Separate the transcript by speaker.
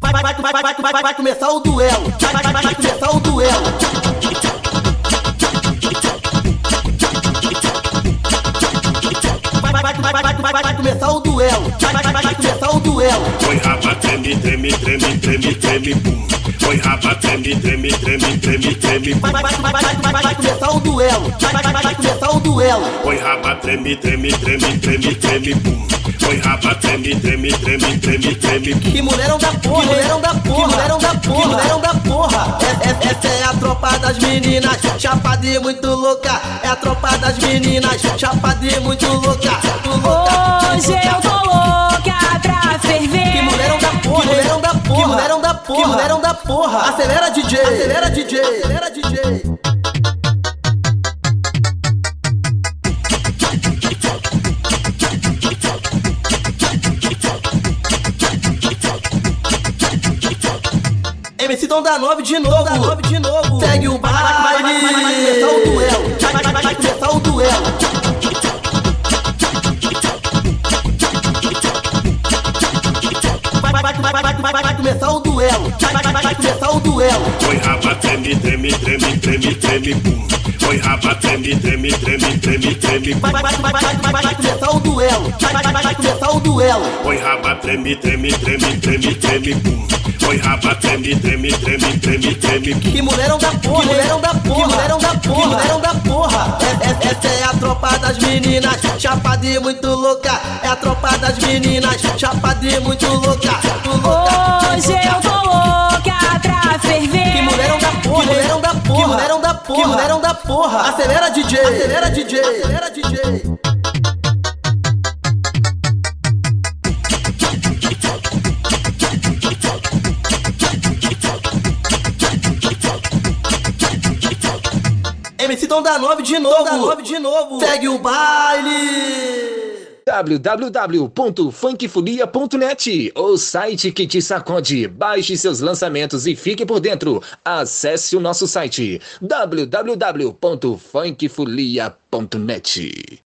Speaker 1: vai, vai, vai, vai começar o duelo. Vai, vai, vai, vai começar o duelo. Vai, vai, vai, vai, vai, vai, vai, vai começar o duelo. Vai, vai, vai, vai começar o duelo.
Speaker 2: Põe raba, treme, treme, treme, treme, treme, pum. Põe raba, treme, treme, treme, treme, treme, pum.
Speaker 1: Vai, vai, vai, vai, vai, vai, vai, vai começar o duelo. Vai, vai, vai, vai começar o duelo.
Speaker 2: Põe raba, treme, treme, treme, treme, treme, pum. Põe raba, treme, treme, treme, treme, treme, pum.
Speaker 1: Que mulherão da porra, que mulherão da porra, que mulherão da porra, que mulherão da porra. É- é- Essa é a tropa das meninas, chapada e muito louca. É a tropa das meninas, chapada e muito louca. Muito louca.
Speaker 3: Hoje eu tô louca pra ferver.
Speaker 1: Que mulherão da porra, que mulherão da porra, que mulherão da porra, que mulherão da porra. Acelera DJ, acelera DJ, acelera DJ. MC Dom da 9 de novo, da 9 de novo. Segue o baile, vai, vai, vai, vai, vai começar o duelo. Vai, vai, vai, vai começar o duelo. Vai, vai, vai, vai, vai, vai, vai, vai começar o duelo. Vai, vai, vai, vai começar o duelo.
Speaker 2: Põe raba, treme, treme, treme, treme, treme, pum. Põe raba, treme, treme, treme, treme, treme, pum.
Speaker 1: Vai, vai, vai, vai, vai, vai, vai, vai começar o duelo. Vai, vai, vai, vai começar o duelo.
Speaker 2: Põe raba, treme, treme, treme, treme, treme, pum. Põe raba, treme, treme, treme, treme, treme, pum.
Speaker 1: Que mulherão da porra, que mulherão da porra, que mulherão da porra, que mulherão da porra. É- é- Essa é a tropa das meninas, chapada e muito louca. É a tropa das meninas, chapada e muito louca. Muito louca.
Speaker 3: Hoje eu tô louca pra ferver.
Speaker 1: né? Que mulherão da porra, que mulherão da porra, que mulherão da porra, que mulherão da porra. Acelera DJ, acelera DJ, acelera DJ. MC Dom da 9 de novo, da 9 de novo. Segue o baile.
Speaker 4: www.funkfolia.net, o site que te sacode. Baixe seus lançamentos e fique por dentro. Acesse o nosso site www.funkfolia.net.